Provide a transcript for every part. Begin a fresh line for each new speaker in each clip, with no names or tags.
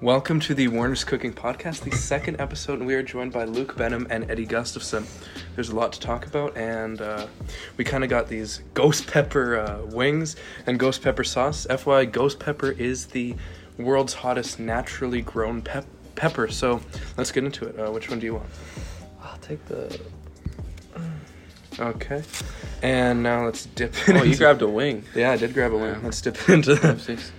Welcome to the Warner's Cooking Podcast, the second episode, and we are joined by Luke Benham and Eddie Gustafson. There's a lot to talk about, and uh, we kind of got these ghost pepper uh, wings and ghost pepper sauce. FYI, ghost pepper is the world's hottest naturally grown pep- pepper, so let's get into it. Uh, which one do you want?
I'll take the.
Okay. And now let's dip it
Oh, you
into-
grabbed a wing.
Yeah, I did grab a wing.
Yeah.
Let's dip it into that.
Six.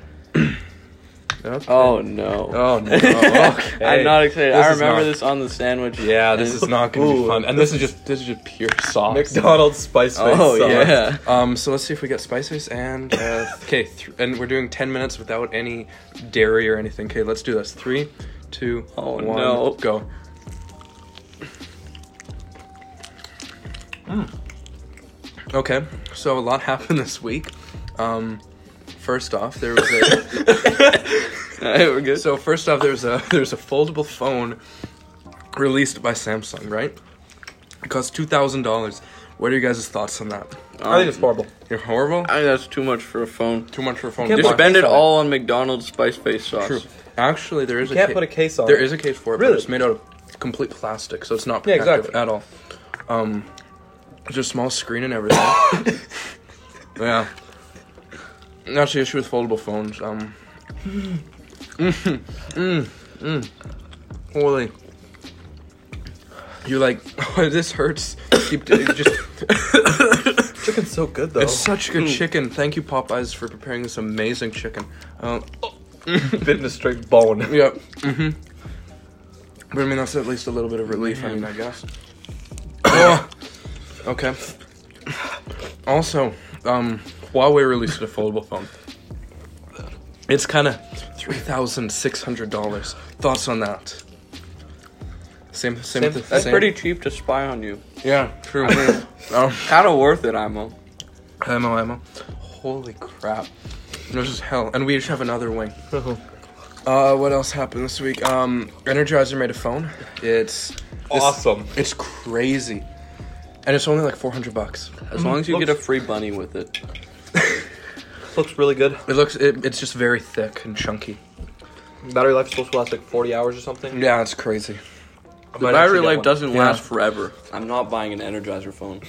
Okay.
Oh no.
Oh, no. Okay.
I'm not excited.
This
I
is
remember
not-
this on the sandwich.
Yeah, this
and-
is not gonna be
Ooh.
fun. And this is just this is just pure sauce.
McDonald's spice face.
Oh
sauce.
yeah.
Um, so let's see if we get spices and uh, okay, th- and we're doing ten minutes without any dairy or anything. Okay, let's do this. Three, two,
Oh,
one,
no.
go.
Mm.
Okay, so a lot happened this week. Um, first off, there was a.
Alright, we're good.
So first off, there's a there's a foldable phone released by Samsung, right? It costs two thousand dollars. What are you guys' thoughts on that?
I think it's horrible.
You're horrible.
Oh, um, I think that's too much for a phone.
Too much for a phone.
Can't
Just
buy-
spend it all on McDonald's spice face sauce.
True. Actually, there is
You
a
can't
ca-
put a case on.
there
it.
is a case for it, but
Really?
it's made out of complete plastic, so it's not
Yeah,
protective
exactly.
at all. Um, it's a small screen and everything. yeah. And That's the issue with foldable phones. Um. Mm, mm, mm. Holy. You're like, oh, this hurts. Keep doing just.
chicken's so good though.
It's such
Mm.
good chicken. Thank you, Popeyes, for preparing this amazing chicken. Um,
bit in a straight bone.
Yeah. hmm But I mean, that's at least a little bit of relief. Mm-hmm. I mean, I guess. Oh, okay. Also, um, Huawei released a foldable phone. It's kind of three thousand six hundred dollars. Thoughts on that? Same, same,
Same-
same.
That's pretty cheap to spy on you.
Yeah, true.
I mean,
um,
kind of worth it, Imo.
Emo, Emo. Holy crap. Uh-huh. This is hell. And we just have another wing. Uh, what else happened this week? Um, Energizer made a phone. It's this-
awesome.
It's crazy. And it's only like 400 bucks.
As long as you
Looks-
get a free bunny with it.
Looks really good.
It looks, it, it's just very thick and chunky.
Battery life's supposed to last like 40 hours or something.
Yeah, it's crazy.
The
But battery life doesn't
Yeah.
last forever. I'm not buying an Energizer phone.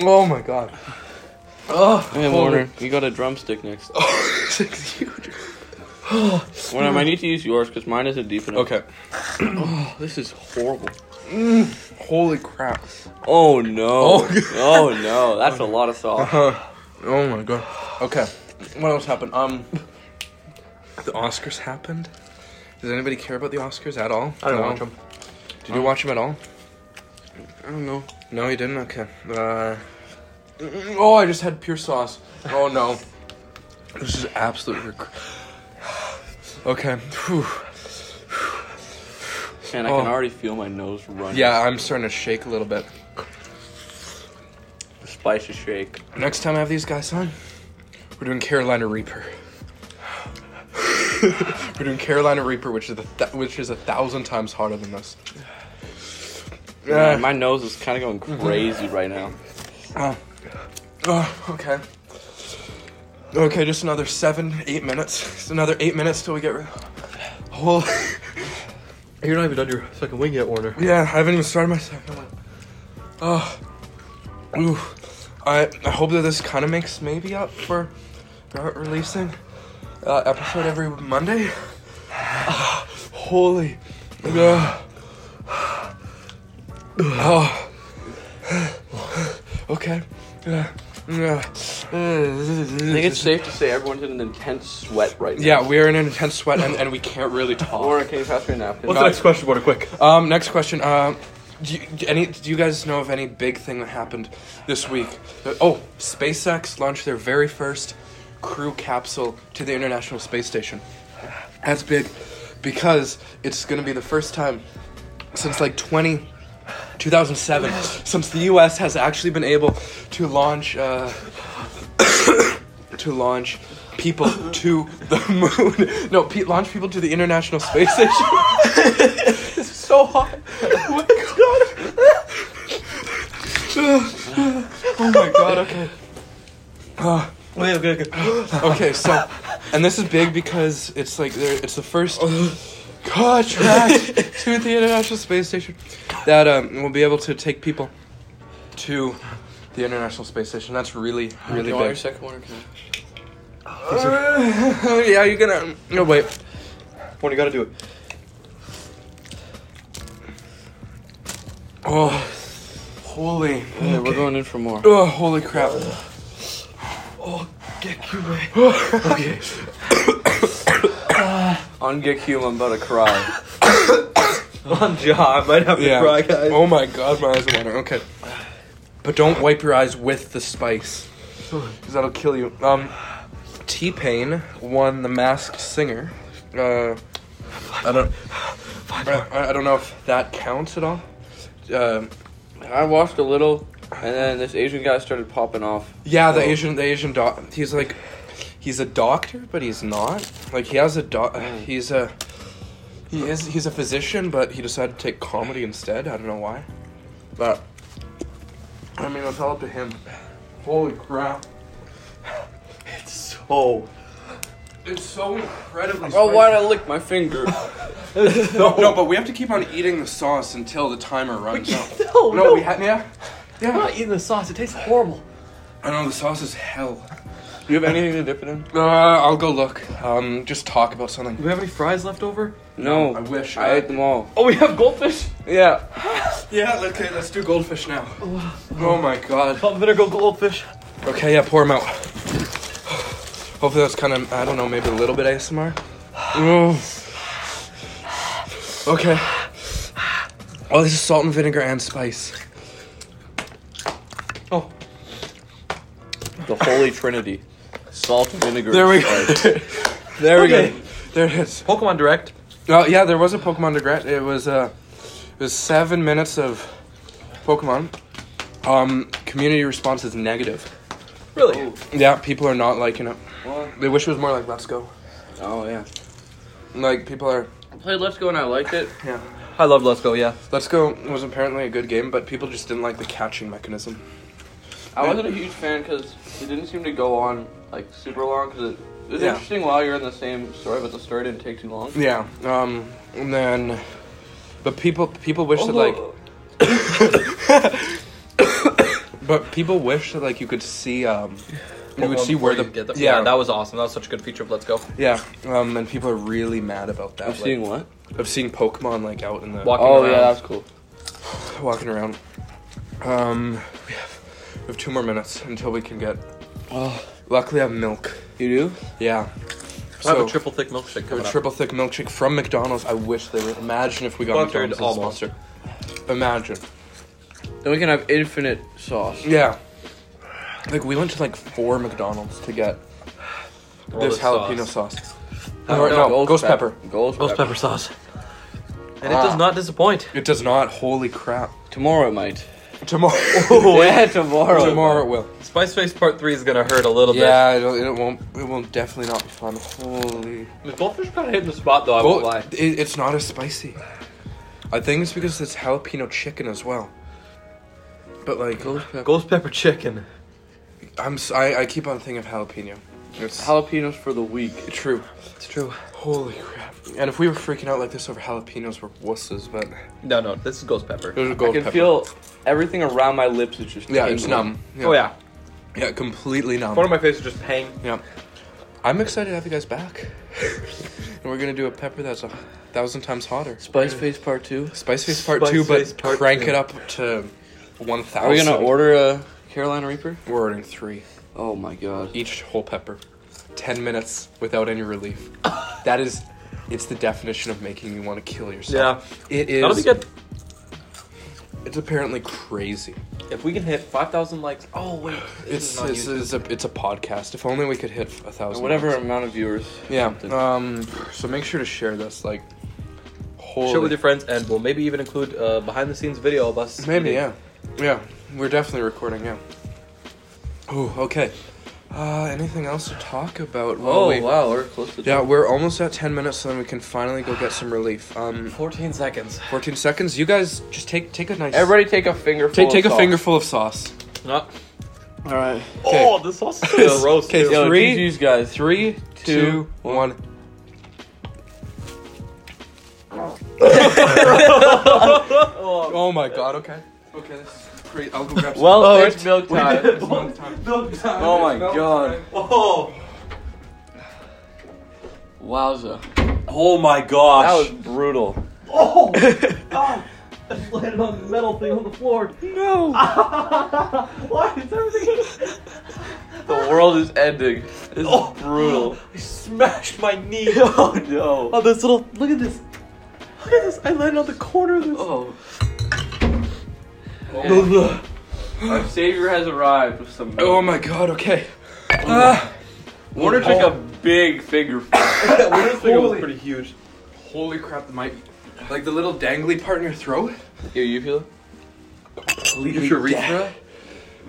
Oh my god. Oh,
Hey, Warner, you got a drumstick next.
it's huge.
Warner, I might need to use yours because mine isn't deep enough.
Okay.
Oh, this is horrible.
Holy crap.
Oh no.
Oh.
Oh, no. That's a lot of sauce.
Huh. Oh my god. Okay. What else happened? Um, the Oscars happened. Does anybody care about the Oscars at all?
I don't
No.
watch them.
Did you watch them at all?
I don't know.
No, you didn't. Okay. Uh, mm, oh, I just had pure sauce. Oh no, this is absolute. Rec- okay. Whew.
Man, I
Oh.
can already feel my nose running.
Yeah, I'm starting to shake a little bit.
The Spicy shake.
Next time I have these guys on, we're doing Carolina Reaper. we're doing Carolina Reaper, which is a th- which is a thousand times hotter than this. Eh.
Man,
Yeah.
my nose is kind of going crazy right now.
Oh, okay. Okay, just another seven, eight minutes. Just another eight minutes till we get rid. Holy.
You're not even done your second wing yet, Warner.
Yeah, I haven't even started my second one. Oh, ooh. I I hope that this kind of makes maybe up for not releasing uh, episode every Monday. Ah, holy. Yeah. Oh. Okay. Yeah. Yeah.
I think it's safe to say everyone's in an intense sweat right now.
Yeah, we're in an intense sweat and, and we can't really talk.
Warner, can you pass me a napkin?
What's the next question, Warner? Quick.
Um, next question. Um, do you, do any do you guys know of any big thing that happened this week? Uh, Oh, SpaceX launched their very first crew capsule to the International Space Station. That's big because it's going to be the first time since like 20 2007 since the US has actually been able to launch uh, to launch people to the moon. No, pe- launch people to the International Space Station. It's so hot. Oh my god. oh my god, okay. Uh,
Wait, okay, okay.
Okay, so, and this is big because it's like they're- it's the first contract to the International Space Station that um, will be able to take people to the International Space Station. That's really,
Do
really
you want your
big.
second one or can I?
yeah, you're gonna. No, wait.
One, you gotta do it.
Oh, holy.
Yeah, we're going in for more.
Oh, holy crap.
Oh, get you away.
okay.
On Gekum, I'm about to cry.
On John, I might have to
Yeah.
cry, guys.
Oh my god, my eyes are watering. Okay. But don't wipe your eyes with the spice. Because that'll kill you. Um, T Pain won the Masked Singer. Uh, I don't. I, I don't know if that counts at all. Um,
I watched a little, and then this Asian guy started popping off.
yeah, the
Oh.
Asian, the Asian doc. He's like, he's a doctor, but he's not. Like he has a doc. He's a. He is. He's a physician, but he decided to take comedy instead. I don't know why. But I mean, it's all up to him. Holy crap!
It's so.
It's so incredibly.
Oh, why'd I lick my finger?
No, no, but we have to keep on eating the sauce until the timer runs out.
No,
No, we had yeah, yeah.
eating the sauce. It tastes horrible.
I know the sauce is hell.
Do you have anything to dip it in?
Uh, I'll go look. Um, just talk about something.
Do we have any fries left over?
No.
I wish.
I ate them all.
Oh, we have goldfish.
Yeah.
Yeah, okay, let's do goldfish now. Oh my god.
Pop vinegar goldfish.
Okay, yeah, pour them out. Hopefully that's kind of, I don't know, maybe a little bit ASMR. Oh. Okay. Oh, this is salt and vinegar and spice.
Oh,
The Holy Trinity. Salt, vinegar,
There we go.
and spice.
there we
Okay.
go. There it is.
Pokemon Direct.
Oh yeah, there was a Pokemon Direct. It was uh, it was seven minutes of Pokemon. Um, community response is negative.
Really?
Yeah, people are not liking it.
Well,
They wish it was more like Let's Go.
oh, yeah.
Like people are.
I played Let's Go and I liked it.
Yeah.
I love Let's Go. Yeah.
Let's Go was apparently a good game, but people just didn't like the catching mechanism.
I wasn't a huge fan because it didn't seem to go on like super long because it, it was
Yeah.
interesting while you're in the same story, but the story didn't take too long.
Yeah. Um, and then, but people people wish that like,
Oh,
but people wish that like you could see um, you
Pokemon
could see where
before
the
you get them.
yeah
yeah, that was awesome. That was such a good feature of Let's Go.
yeah um, and people are really mad about that.
I'm
like,
seeing what?
of seeing Pokemon like out in the
Walking
Oh,
around.
yeah, that's cool.
walking around. Um, we have, we have two more minutes until we can get.
Oh,
Luckily, I have milk.
you do?
Yeah.
I have
So,
a triple thick milkshake
I have
coming
a
up.
triple thick milkshake from McDonald's. I wish they were. Imagine if we got
Sponsored
McDonald's as a sponsor. Imagine.
Then we can have infinite sauce.
Yeah. Like we went to like four McDonald's to get
All
this
the
jalapeno
sauce.
sauce. Or no, ghost pepper.
Ghost,
Ghost
pepper.
pepper sauce. And it
Ah.
does not disappoint.
It does not. Holy crap!
Tomorrow it might.
Tomorrow.
Oh, yeah, tomorrow.
Tomorrow it will.
Spice Face Part Three is gonna hurt a little
Yeah, it, it won't. It will definitely not be fun. Holy.
bit. The goldfish kind of hitting the spot though. I
Well,
won't lie.
It, it's not as spicy. I think it's because it's jalapeno chicken as well. But like,
Ghost pepper chicken.
I'm s- I, I keep on thinking of jalapeno. It's
Jalapenos for the week.
true.
It's true.
Holy crap! And if we were freaking out like this over jalapenos, we're wusses. But
No, no, this is ghost pepper.
there's a
I
gold
can
pepper.
feel everything around my lips is just
yeah, it's
tingling.
numb.
Oh yeah,
yeah, completely numb.
part of my face is just pain.
yeah, I'm excited to have you guys back. and we're gonna do a pepper that's a thousand times hotter.
Spice Face Part Two.
Spice Face Part
Spice
Two,
Face
but
Part
crank
Two.
it up to one thousand.
Are we gonna order a Carolina Reaper?
We're ordering three.
Oh my god.
each whole pepper. 10 minutes without any relief. That is, it's the definition of making you want to kill
Yeah,
yourself. Yeah. It
that'll be
is.
good.
It's apparently crazy.
If we can hit five thousand likes. Oh wait, this is
It's
not
it's,
YouTube.
it's, a, it's a podcast. If only we could hit a thousand.
Whatever
likes.
amount of viewers.
Yeah. Um. So make sure to share this. Like, holy.
Share with your friends, and we'll maybe even include a behind the scenes video of us.
Maybe
eating.
yeah. Yeah. We're definitely recording. Yeah. Oh. Okay. Uh. Anything else to talk about? while
Oh
we-
wow, we're close to.
Yeah. We're almost at 10 minutes, so then we can finally go get some relief. Um.
Fourteen seconds.
14 seconds. You guys just take take a nice
Everybody take a finger.
take take a fingerful of sauce.
Not
All right.
Oh, the sausage is roast.
Okay,
too.
Yo,
Three,
GG's guys. Three,
Two,
two,
one. Oh my god, okay. Okay, this is great. I'll go grab some.
Well,
Oh,
it's milk time.
did
oh
both.
Long time.
my god.
Oh,
Wowza.
oh my
That
gosh.
was brutal.
Oh, God. I just landed on the metal thing on the floor.
No!
Why is everything?
The world is ending. This
Oh.
is brutal.
I smashed my knee.
Oh no.
Oh, this little. Look at this. Look at this. I landed on the corner of this. Oh.
Oh.
Blah,
And
blah.
our savior has arrived with some.
Oh my god, okay. Ah,
Warner took a big finger.
That winner's finger was
Holy-
pretty huge.
holy crap, the mic. Like the little dangly part in your throat?
Here, you feel? it?
Completely
Your
dead.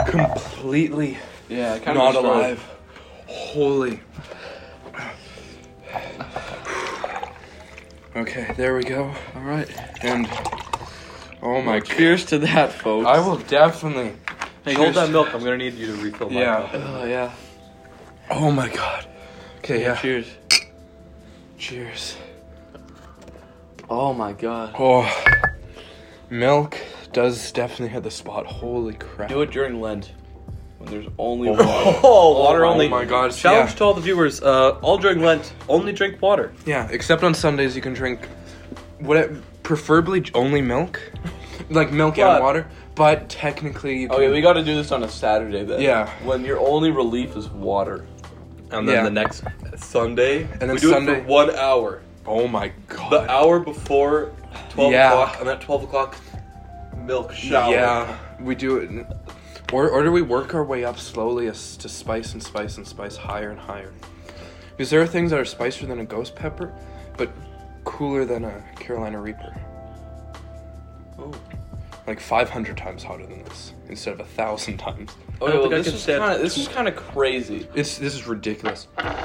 Completely
Yeah, kind
not
of destroyed.
alive. Holy. Okay, there we go.
All right.
And oh my god.
Cheers to that, folks.
I will definitely.
Hey, hold that milk. I'm gonna need you to refill my
Yeah.
Oh yeah.
Oh my god. Okay, yeah.
Cheers.
Cheers.
Oh my god.
Oh. Milk does definitely hit the spot. Holy crap.
Do it during Lent, when there's only
Oh.
water.
Oh, water
my-
only.
oh my god.
Challenge
Yeah.
to all the viewers. Uh, all during Lent, only drink water.
yeah, except on Sundays you can drink what preferably only milk. Like milk
But- Oh,
and water, but technically you can
Okay, we got to do this on a Saturday then.
Yeah.
When your only relief is water.
And then
Yeah.
the next Sunday, and
then
we do it
Sunday-
for one hour.
Oh my god.
The hour before twelve
Yeah.
o'clock, and that twelve o'clock milk shower.
Yeah, we do it. Or, or do we work our way up slowly as to spice and spice and spice higher and higher? Because there are things that are spicier than a ghost pepper, but cooler than a Carolina Reaper.
Oh.
Like 500 times hotter than this instead of a thousand times.
Okay,
don't
well
think I
this
can
is
stand
kind of this is kind of crazy.
It's this is ridiculous.
I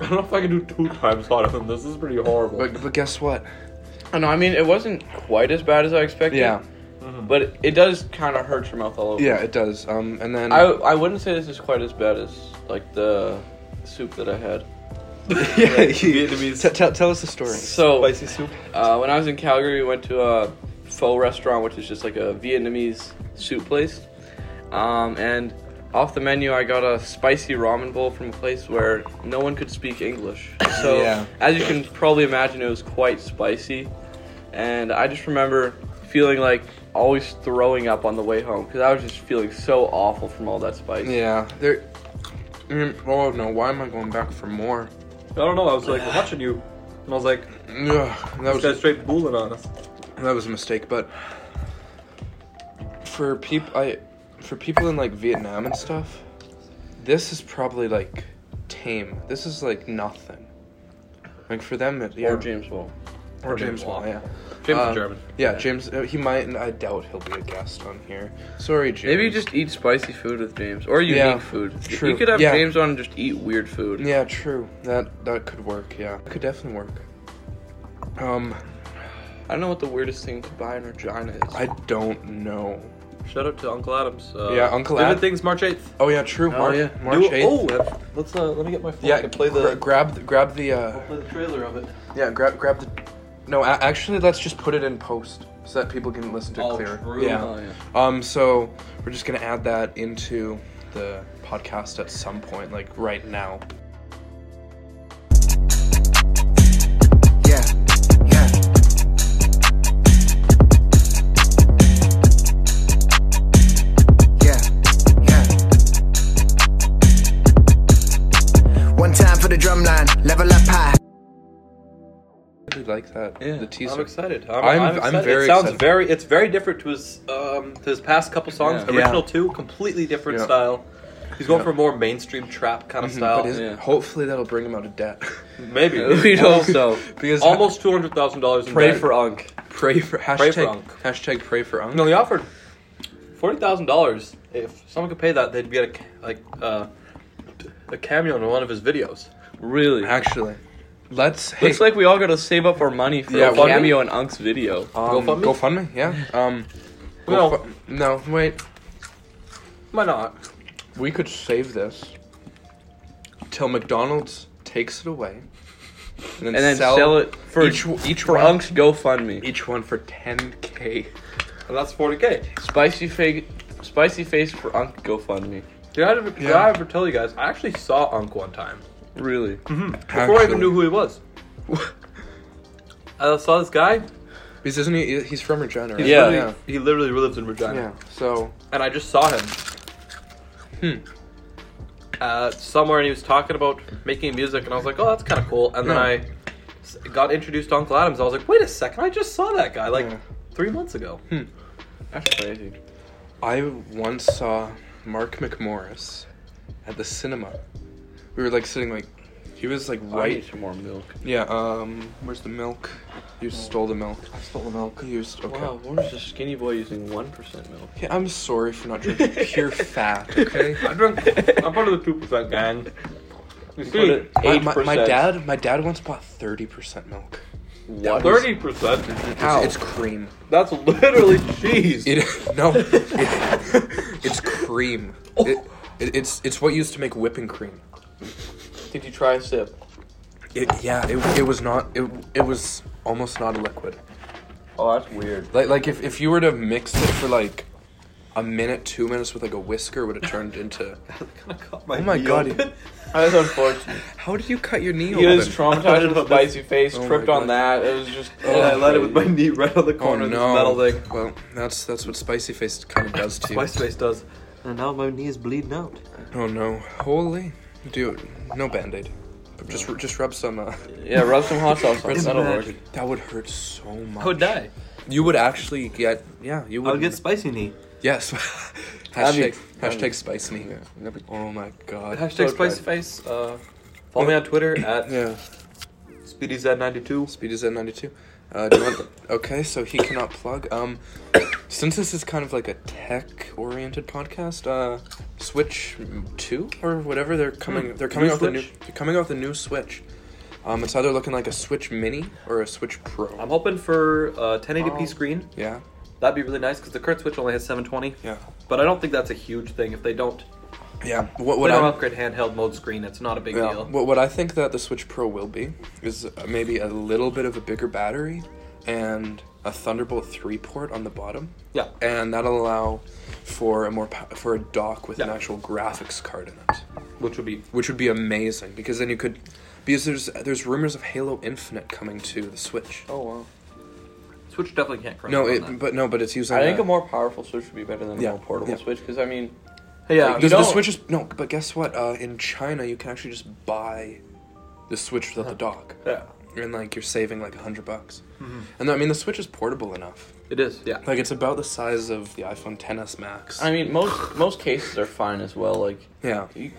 don't know if I can do two times hotter than this. This is pretty horrible.
But but guess what?
I know. I mean, it wasn't quite as bad as I expected.
Yeah,
Mm-hmm.
But it, it does kind of hurt your mouth all over.
yeah, it does. Um, and then
I I wouldn't say this is quite as bad as like the soup that I had.
yeah, you-
Vietnamese
T- tell tell us the story.
So
spicy soup.
uh, when I was in Calgary, we went to a pho restaurant, which is just like a Vietnamese soup place. Um, and off the menu, I got a spicy ramen bowl from a place where no one could speak English. So,
Yeah.
as you can probably imagine, it was quite spicy. And I just remember feeling like always throwing up on the way home because I was just feeling so awful from all that spice.
Yeah, there. Mm, oh no! Why am I going back for more?
I don't know. I was like watching you, and I was like,
Ugh, that
this
was
guy's straight bullying on us.
that was a mistake but for people i for people in like vietnam and stuff this is probably like tame this is like nothing like for them it, yeah
Or James Bowl.
or james Wall, yeah
James
Uh,
is German.
yeah james uh, he might and i doubt he'll be a guest on here sorry james
Maybe you just eat spicy food with James or unique
Yeah,
food.
true.
You could have
Yeah.
James on and just eat weird food.
yeah true that that could work yeah it could definitely work um
I don't know what the weirdest thing to buy in Regina is.
i don't know
Shout out to Uncle Adams. Uh,
Yeah, Uncle
Vivid
Ad-
Things March eighth.
oh yeah true
Oh,
march,
yeah.
march 8th
Oh, let's uh, let me get my phone.
yeah
and play the
gra- grab the- grab the uh
play the trailer of it.
Yeah, grab grab the. No, a- actually, let's just put it in post so that people can listen to it
Oh,
clearer.
true.
Yeah.
Oh, yeah.
Um. So we're just gonna add that into the podcast at some point, like right now.
Yeah, yeah. Yeah, yeah. One time for the drumline, level up high.
I really like that.
Yeah,
The teaser.
I'm excited. I'm,
I'm-
I'm,
I'm
excited.
very
It sounds
excited.
very. It's very different to his um to his past couple songs.
Yeah.
Original two, completely different
Yeah.
style. He's going
Yeah.
for a more mainstream trap kind of
Mhm,
style.
but his-
yeah.
hopefully that'll bring him out of debt.
Maybe
We hope so.
because
Almost two hundred thousand dollars.
Pray
debt.
for
Unk.
pray for hashtag
Pray for Unk.
hashtag pray for Unk.
No, they offered forty thousand dollars. If someone could pay that, they'd get a ca- like uh, a cameo in one of his videos.
Really?
actually, let's. Hey,
Looks like we all gotta save up our money for
Yeah,
a
what-
cameo in Unk's video.
um,
GoFundMe?
GoFundMe. Yeah. Um.
No.
GoFu- no. Wait.
Why not?
We could save this till McDonald's takes it away, and then,
and then sell, it for
each
each,
w-
each
for-
Bronx GoFundMe.
each one for 10k.
And that's 40k.
Spicy fake, spicy face for Unc GoFundMe.
Did I, ever, did
Yeah.
I ever tell you guys? I actually saw Unc one time
Really?
before I even knew who he was. I saw this guy.
Because isn't he? He's from Regina. Right?
Yeah.
literally-
yeah,
He literally lives in Regina,
yeah. So
and I just saw him. Hmm. Uh, somewhere, and he was talking about making music, and I was like, "Oh, that's kind of cool." And then
Yeah.
I s- got introduced to Uncle Adams. I was like, "Wait a second! I just saw that guy like
Yeah.
three months ago."
That's crazy.
I once saw Mark McMorris at the cinema. We were like sitting like he was like
I need
right.
some more milk.
Yeah. Um. Where's the milk? You stole the milk.
I stole the milk.
You st- okay.
Wow, where is the skinny boy using one percent milk?
Hey, I'm sorry for not drinking pure fat. Okay.
I drink. I'm part of the two percent gang. You
put
see,
it
My,
eight
my, my dad, my dad once bought thirty percent milk.
What?
thirty percent.
How?
It's, it's cream.
That's literally cheese.
It no, it, it's cream. It, it, it's it's what used to make whipping cream.
Did you try a sip?
It, yeah, it, it was not. It, it was almost not a liquid.
Oh, that's weird.
Like like if, if you were to mix it for like a minute, two minutes with like a whisker, would have turned into. Oh my god! you-
That's unfortunate.
How did you cut your knee?
He was
open?
I
traumatized
don't know
with spicy face,
Oh my
tripped on
God.
that. It was just. oh,
Yeah, I landed with my knee right on the
Oh
corner of this metal
no!
thing.
Well, that's that's what spicy face kind of does to you.
My space does. And now my knee is bleeding out.
Oh no! Holy, dude, no band aid. Just just rub some. Uh,
Yeah, rub some hot sauce on it. That'll work.
Imagine.
that would hurt so much.
I would die.
You would actually get yeah. You would.
I would get spicy knee.
yes.
I mean-
hashtag hashtag
I mean-
spice knee. Oh my god.
Hashtag
So
spicy face. Uh, follow me on Twitter at
yeah.
SpeedyZ92.
Speed is at 92. Uh, do you want, okay, so he cannot plug. Um, since this is kind of like a tech-oriented podcast, uh, Switch Two or whatever they're coming, they're coming
Hmm. New
off the new,
Switch?
they're coming off the new Switch. Um, it's either looking like a Switch Mini or a Switch Pro.
I'm hoping for uh, a 1080p
Oh.
screen.
yeah,
That'd be really nice because the current Switch only has 720.
yeah,
But I don't think that's a huge thing. If they don't,
yeah. What
if
what
they don't
I'm-
upgrade handheld mode screen, it's not a big
Yeah.
deal.
What, what I think that the Switch Pro will be is uh, maybe a little bit of a bigger battery and a Thunderbolt 3 port on the bottom.
Yeah.
And that'll allow for a more pow- for a dock with an
Yeah.
actual graphics card in it,
Which would be
which would be amazing because then you could because there's there's rumors of Halo Infinite coming to the Switch.
Oh wow.
Switch definitely can't current.
No,
on
it
that.
but no, but it's using
I think
a-
a more powerful switch would be better than
Yeah,
a more portable
yeah.
switch because I mean,
Hey, yeah,
Because
you
the
don't-
Switch is no, but guess what? Uh, in China, you can actually just buy the Switch without the dock.
yeah,
and like you're saving like a hundred bucks.
Mm-hmm.
And I mean, the Switch is portable enough.
it is. Yeah,
Like it's about the size of the iPhone XS Max.
I mean most most cases are fine as well. Like
yeah,
you-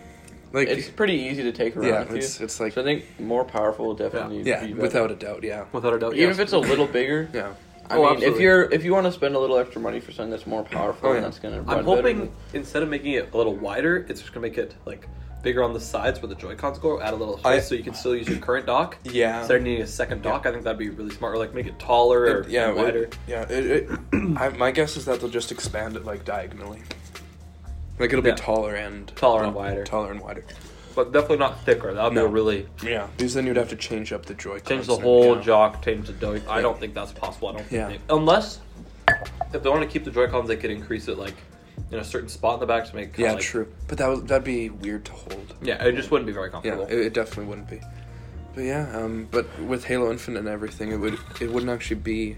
like
it's pretty easy to take around.
yeah,
with
it's
you.
it's like
So I think more powerful will definitely
yeah,
be better.
without a doubt, yeah,
without a doubt.
even
yes.
if it's a little bigger.
yeah.
I
Oh,
mean, if
absolutely.
you're if you want to spend a little extra money for something that's more powerful,
Oh,
and
yeah.
that's gonna. Run
I'm hoping instead of making it a little wider, it's just gonna make it like bigger on the sides where the Joy Cons go. Add a little
I-
space so you can still use your current dock.
Yeah.
Instead of needing a second dock, I think that'd be really smart. Or like make it taller or
yeah, it-
wider.
yeah. It, it, I, my guess is that they'll just expand it like diagonally. Like it'll
Yeah.
be taller and
Taller and wider.
taller and wider.
but definitely not thicker. That'd
No.
be a really
Yeah, because then you'd have to change up the Joy.
change the whole
yeah.
jock, change the dock. I don't think that's possible. I don't think
Yeah.
they- unless if they want to keep the Joy Cons, they could increase it like in a certain spot in the back to make. it kinda
Yeah,
like-
true. But that would that'd be weird to hold.
Yeah, it just wouldn't be very
Yeah,
comfortable.
it, it definitely wouldn't be. But yeah, um, but with Halo Infinite and everything, it would it wouldn't actually be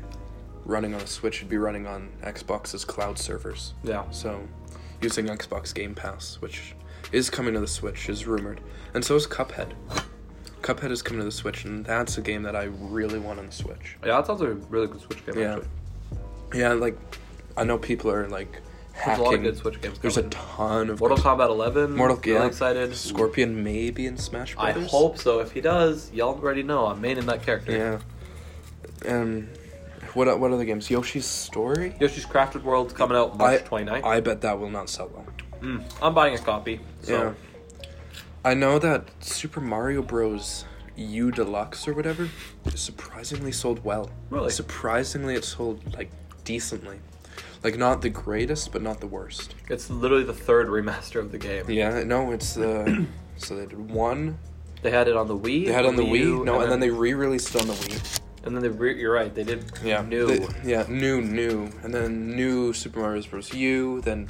running on a Switch. It'd be running on Xbox's cloud servers.
yeah.
So, using Xbox Game Pass, which is coming to the Switch, is rumored, and so is Cuphead. Cuphead is coming to the Switch, and that's a game that I really want on the Switch.
Yeah, that sounds like a really good Switch game.
Yeah,
actually.
yeah. Like, I know people are like
There's
hacking.
a lot of good Switch games.
There's a
coming.
ton of
Mortal Kombat 11.
Mortal
really
yeah.
excited.
Scorpion maybe in Smash
I
Brothers.
hope so. If he does, y'all already know I'm maining that character.
Yeah. Um, what o- what other games? Yoshi's Story.
Yoshi's Crafted World's coming out March 29th.
I bet that will not sell well.
Mm, I'm buying a copy. So
I know that Super Mario Bros. U Deluxe or whatever surprisingly sold well.
Really?
Surprisingly, it sold like decently. Like not the greatest, but not the worst.
It's literally the third remaster of the game.
Yeah, no, it's the so they did one.
They had it on the Wii.
They had it on the
U,
Wii, no, and then they re-released it on the Wii.
and then they re- you're right. They did new.
They- yeah, new, new, and then new Super Mario Bros. U, then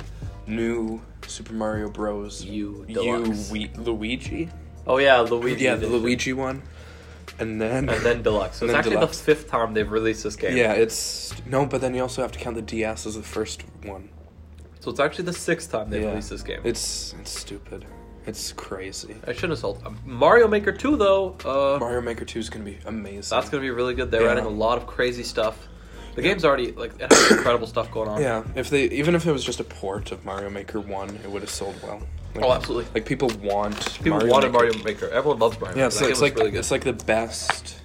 new Super Mario Bros.
U
U
Deluxe.
Wii- Luigi.
oh yeah, Luigi.
Yeah, the
did it.
Luigi one, and then
And then Deluxe. So
And
it's
then
actually
Deluxe.
the fifth time they've released this game.
yeah, it's no, but then you also have to count the DS as the first one.
So it's actually the sixth time they've
Yeah.
released this game.
It's it's stupid. It's crazy.
I shouldn't have sold them. Mario Maker 2 though. Uh,
Mario Maker Two is gonna be amazing.
that's gonna be really good. They're
Yeah.
adding a lot of crazy stuff. The game's already like it has incredible stuff going on.
Yeah, if they even if it was just a port of Mario Maker One, it would have sold well. Like,
Oh, absolutely.
Like people want
People
Mario
wanted
Maker.
Mario Maker. Everyone loves Mario.
Yeah,
Maker.
so
That
it's
game was
like
really good.
it's like the best.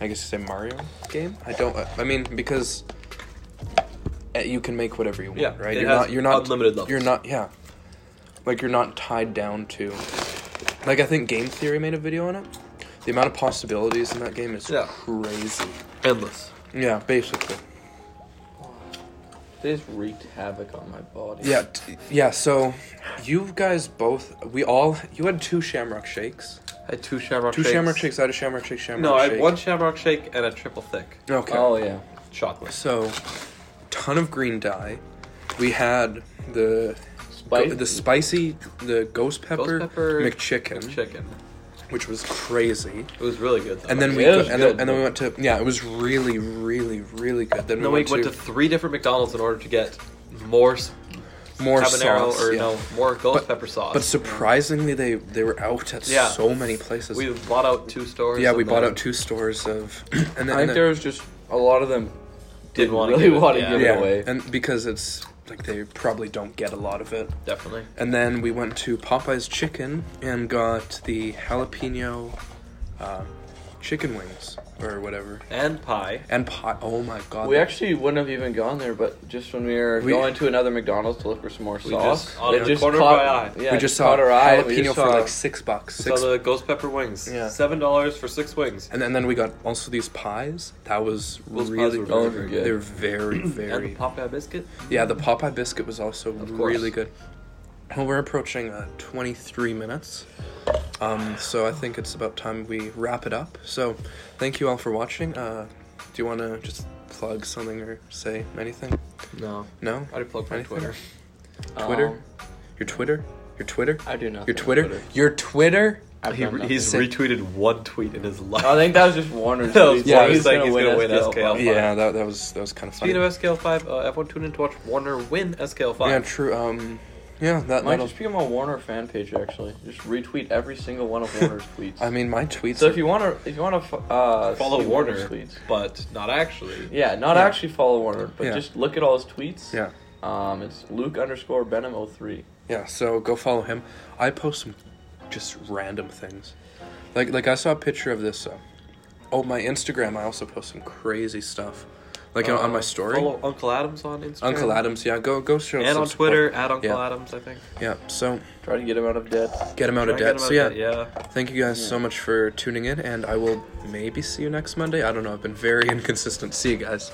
I guess you say Mario game. I don't. I mean because uh, you can make whatever you want,
Yeah,
right?
it
you're
has
not. You're not
unlimited levels.
You're not. Yeah, like you're not tied down to. Like I think Game Theory made a video on it. The amount of possibilities in that game is
Yeah.
crazy.
endless.
Yeah, basically.
They just wreaked havoc on my body.
Yeah, t- yeah. So, you guys both, we all, you had two Shamrock Shakes.
I had two Shamrock
Two
Shakes.
Shamrock Shakes. I had a Shamrock Shake. Shamrock
No, I
shake.
had one Shamrock Shake and a triple thick
Okay.
Oh yeah.
chocolate.
So, ton of green dye. We had the
Spice.
the spicy, the ghost pepper,
pepper
McChicken,
Chicken.
which was crazy.
It was really good. Though.
And then we
It
go,
was
and, then,
good,
and then we went to yeah, it was really, really, really good. Then
And then
we
we went to three different McDonald's in order to get more s-
more
habanero
sauce,
or
yeah.
no more
But-
ghost pepper sauce.
But surprisingly, they they were out at
Yeah.
so many places.
we bought out two stores.
yeah, we
and
bought
then
out two stores of, and then, and
I think there was just a lot of them
Did
didn't
want
really
to give
want
it,
to
yeah,
give
yeah,
it away.
and because it's like they probably don't get a lot of it.
definitely.
And then we went to Popeye's Chicken and got the jalapeno uh, chicken wings or whatever.
And pie.
And pie. Oh my god.
We actually wouldn't have even gone there, but just when we were
We-
going to another McDonald's to look for some more
We
sauce,
just- out of
it
the corner of
caught-
my eye.
Yeah,
we
it
just saw
caught our eye. and we
jalapeno
just
for
saw-
like six bucks. Six.
So the ghost pepper wings.
Yeah.
Seven dollars for six wings.
and, and then we got also these pies. That was
Those pies
really
were
good.
really good.
They were very
And the
very.
Popeye biscuit.
yeah, the Popeye biscuit was also
course.
really good. Well, we're approaching uh, 23 minutes. Um, so I think it's about time we wrap it up. So thank you all for watching. Uh, do you want to just plug something or say anything?
No,
No?
I already plugged my
Anything?
Twitter.
Twitter?
Um,
Your Twitter? Your Twitter?
I do nothing.
Your
on
Twitter? Your Twitter?
I've
He,
done
he's
nothing.
retweeted one tweet in his life.
I think that was just one or
That
two.
was
one.
like,
He's
like, he's gonna win
SKL.
SKL.
Yeah, that, that was that was kind of funny.
Speaking of SKL5, uh, everyone tune in to watch Warner win SKL5.
yeah, true. Um, yeah, that.
Might
that'll-
just become a Warner fan page actually. Just retweet every single one of Warner's tweets.
I mean, my tweets.
so if
are-
you want to, if you want to uh,
Follow
see
Warner,
tweets,
but not actually.
yeah, not
Yeah.
actually follow Warner, but
Yeah.
just look at all his tweets.
yeah,
Um, it's Luke underscore Benham 03.
yeah. So go follow him. I post some just random things. Like like I saw a picture of this. Uh, oh, my Instagram. I also post some crazy stuff. Like on-
Uh,
on my story.
Follow Uncle Adams on Instagram.
Uncle Adams. Yeah, go go show.
And
some
on
support.
Twitter, at Uncle
Yeah.
Adams, I think.
Yeah. So
Try to get him out of debt.
get him out
Try
of
and get him
debt. So yeah,
out of debt, yeah.
Thank you guys so much for tuning in, and I will maybe see you next Monday. I don't know. I've been very inconsistent. See you guys.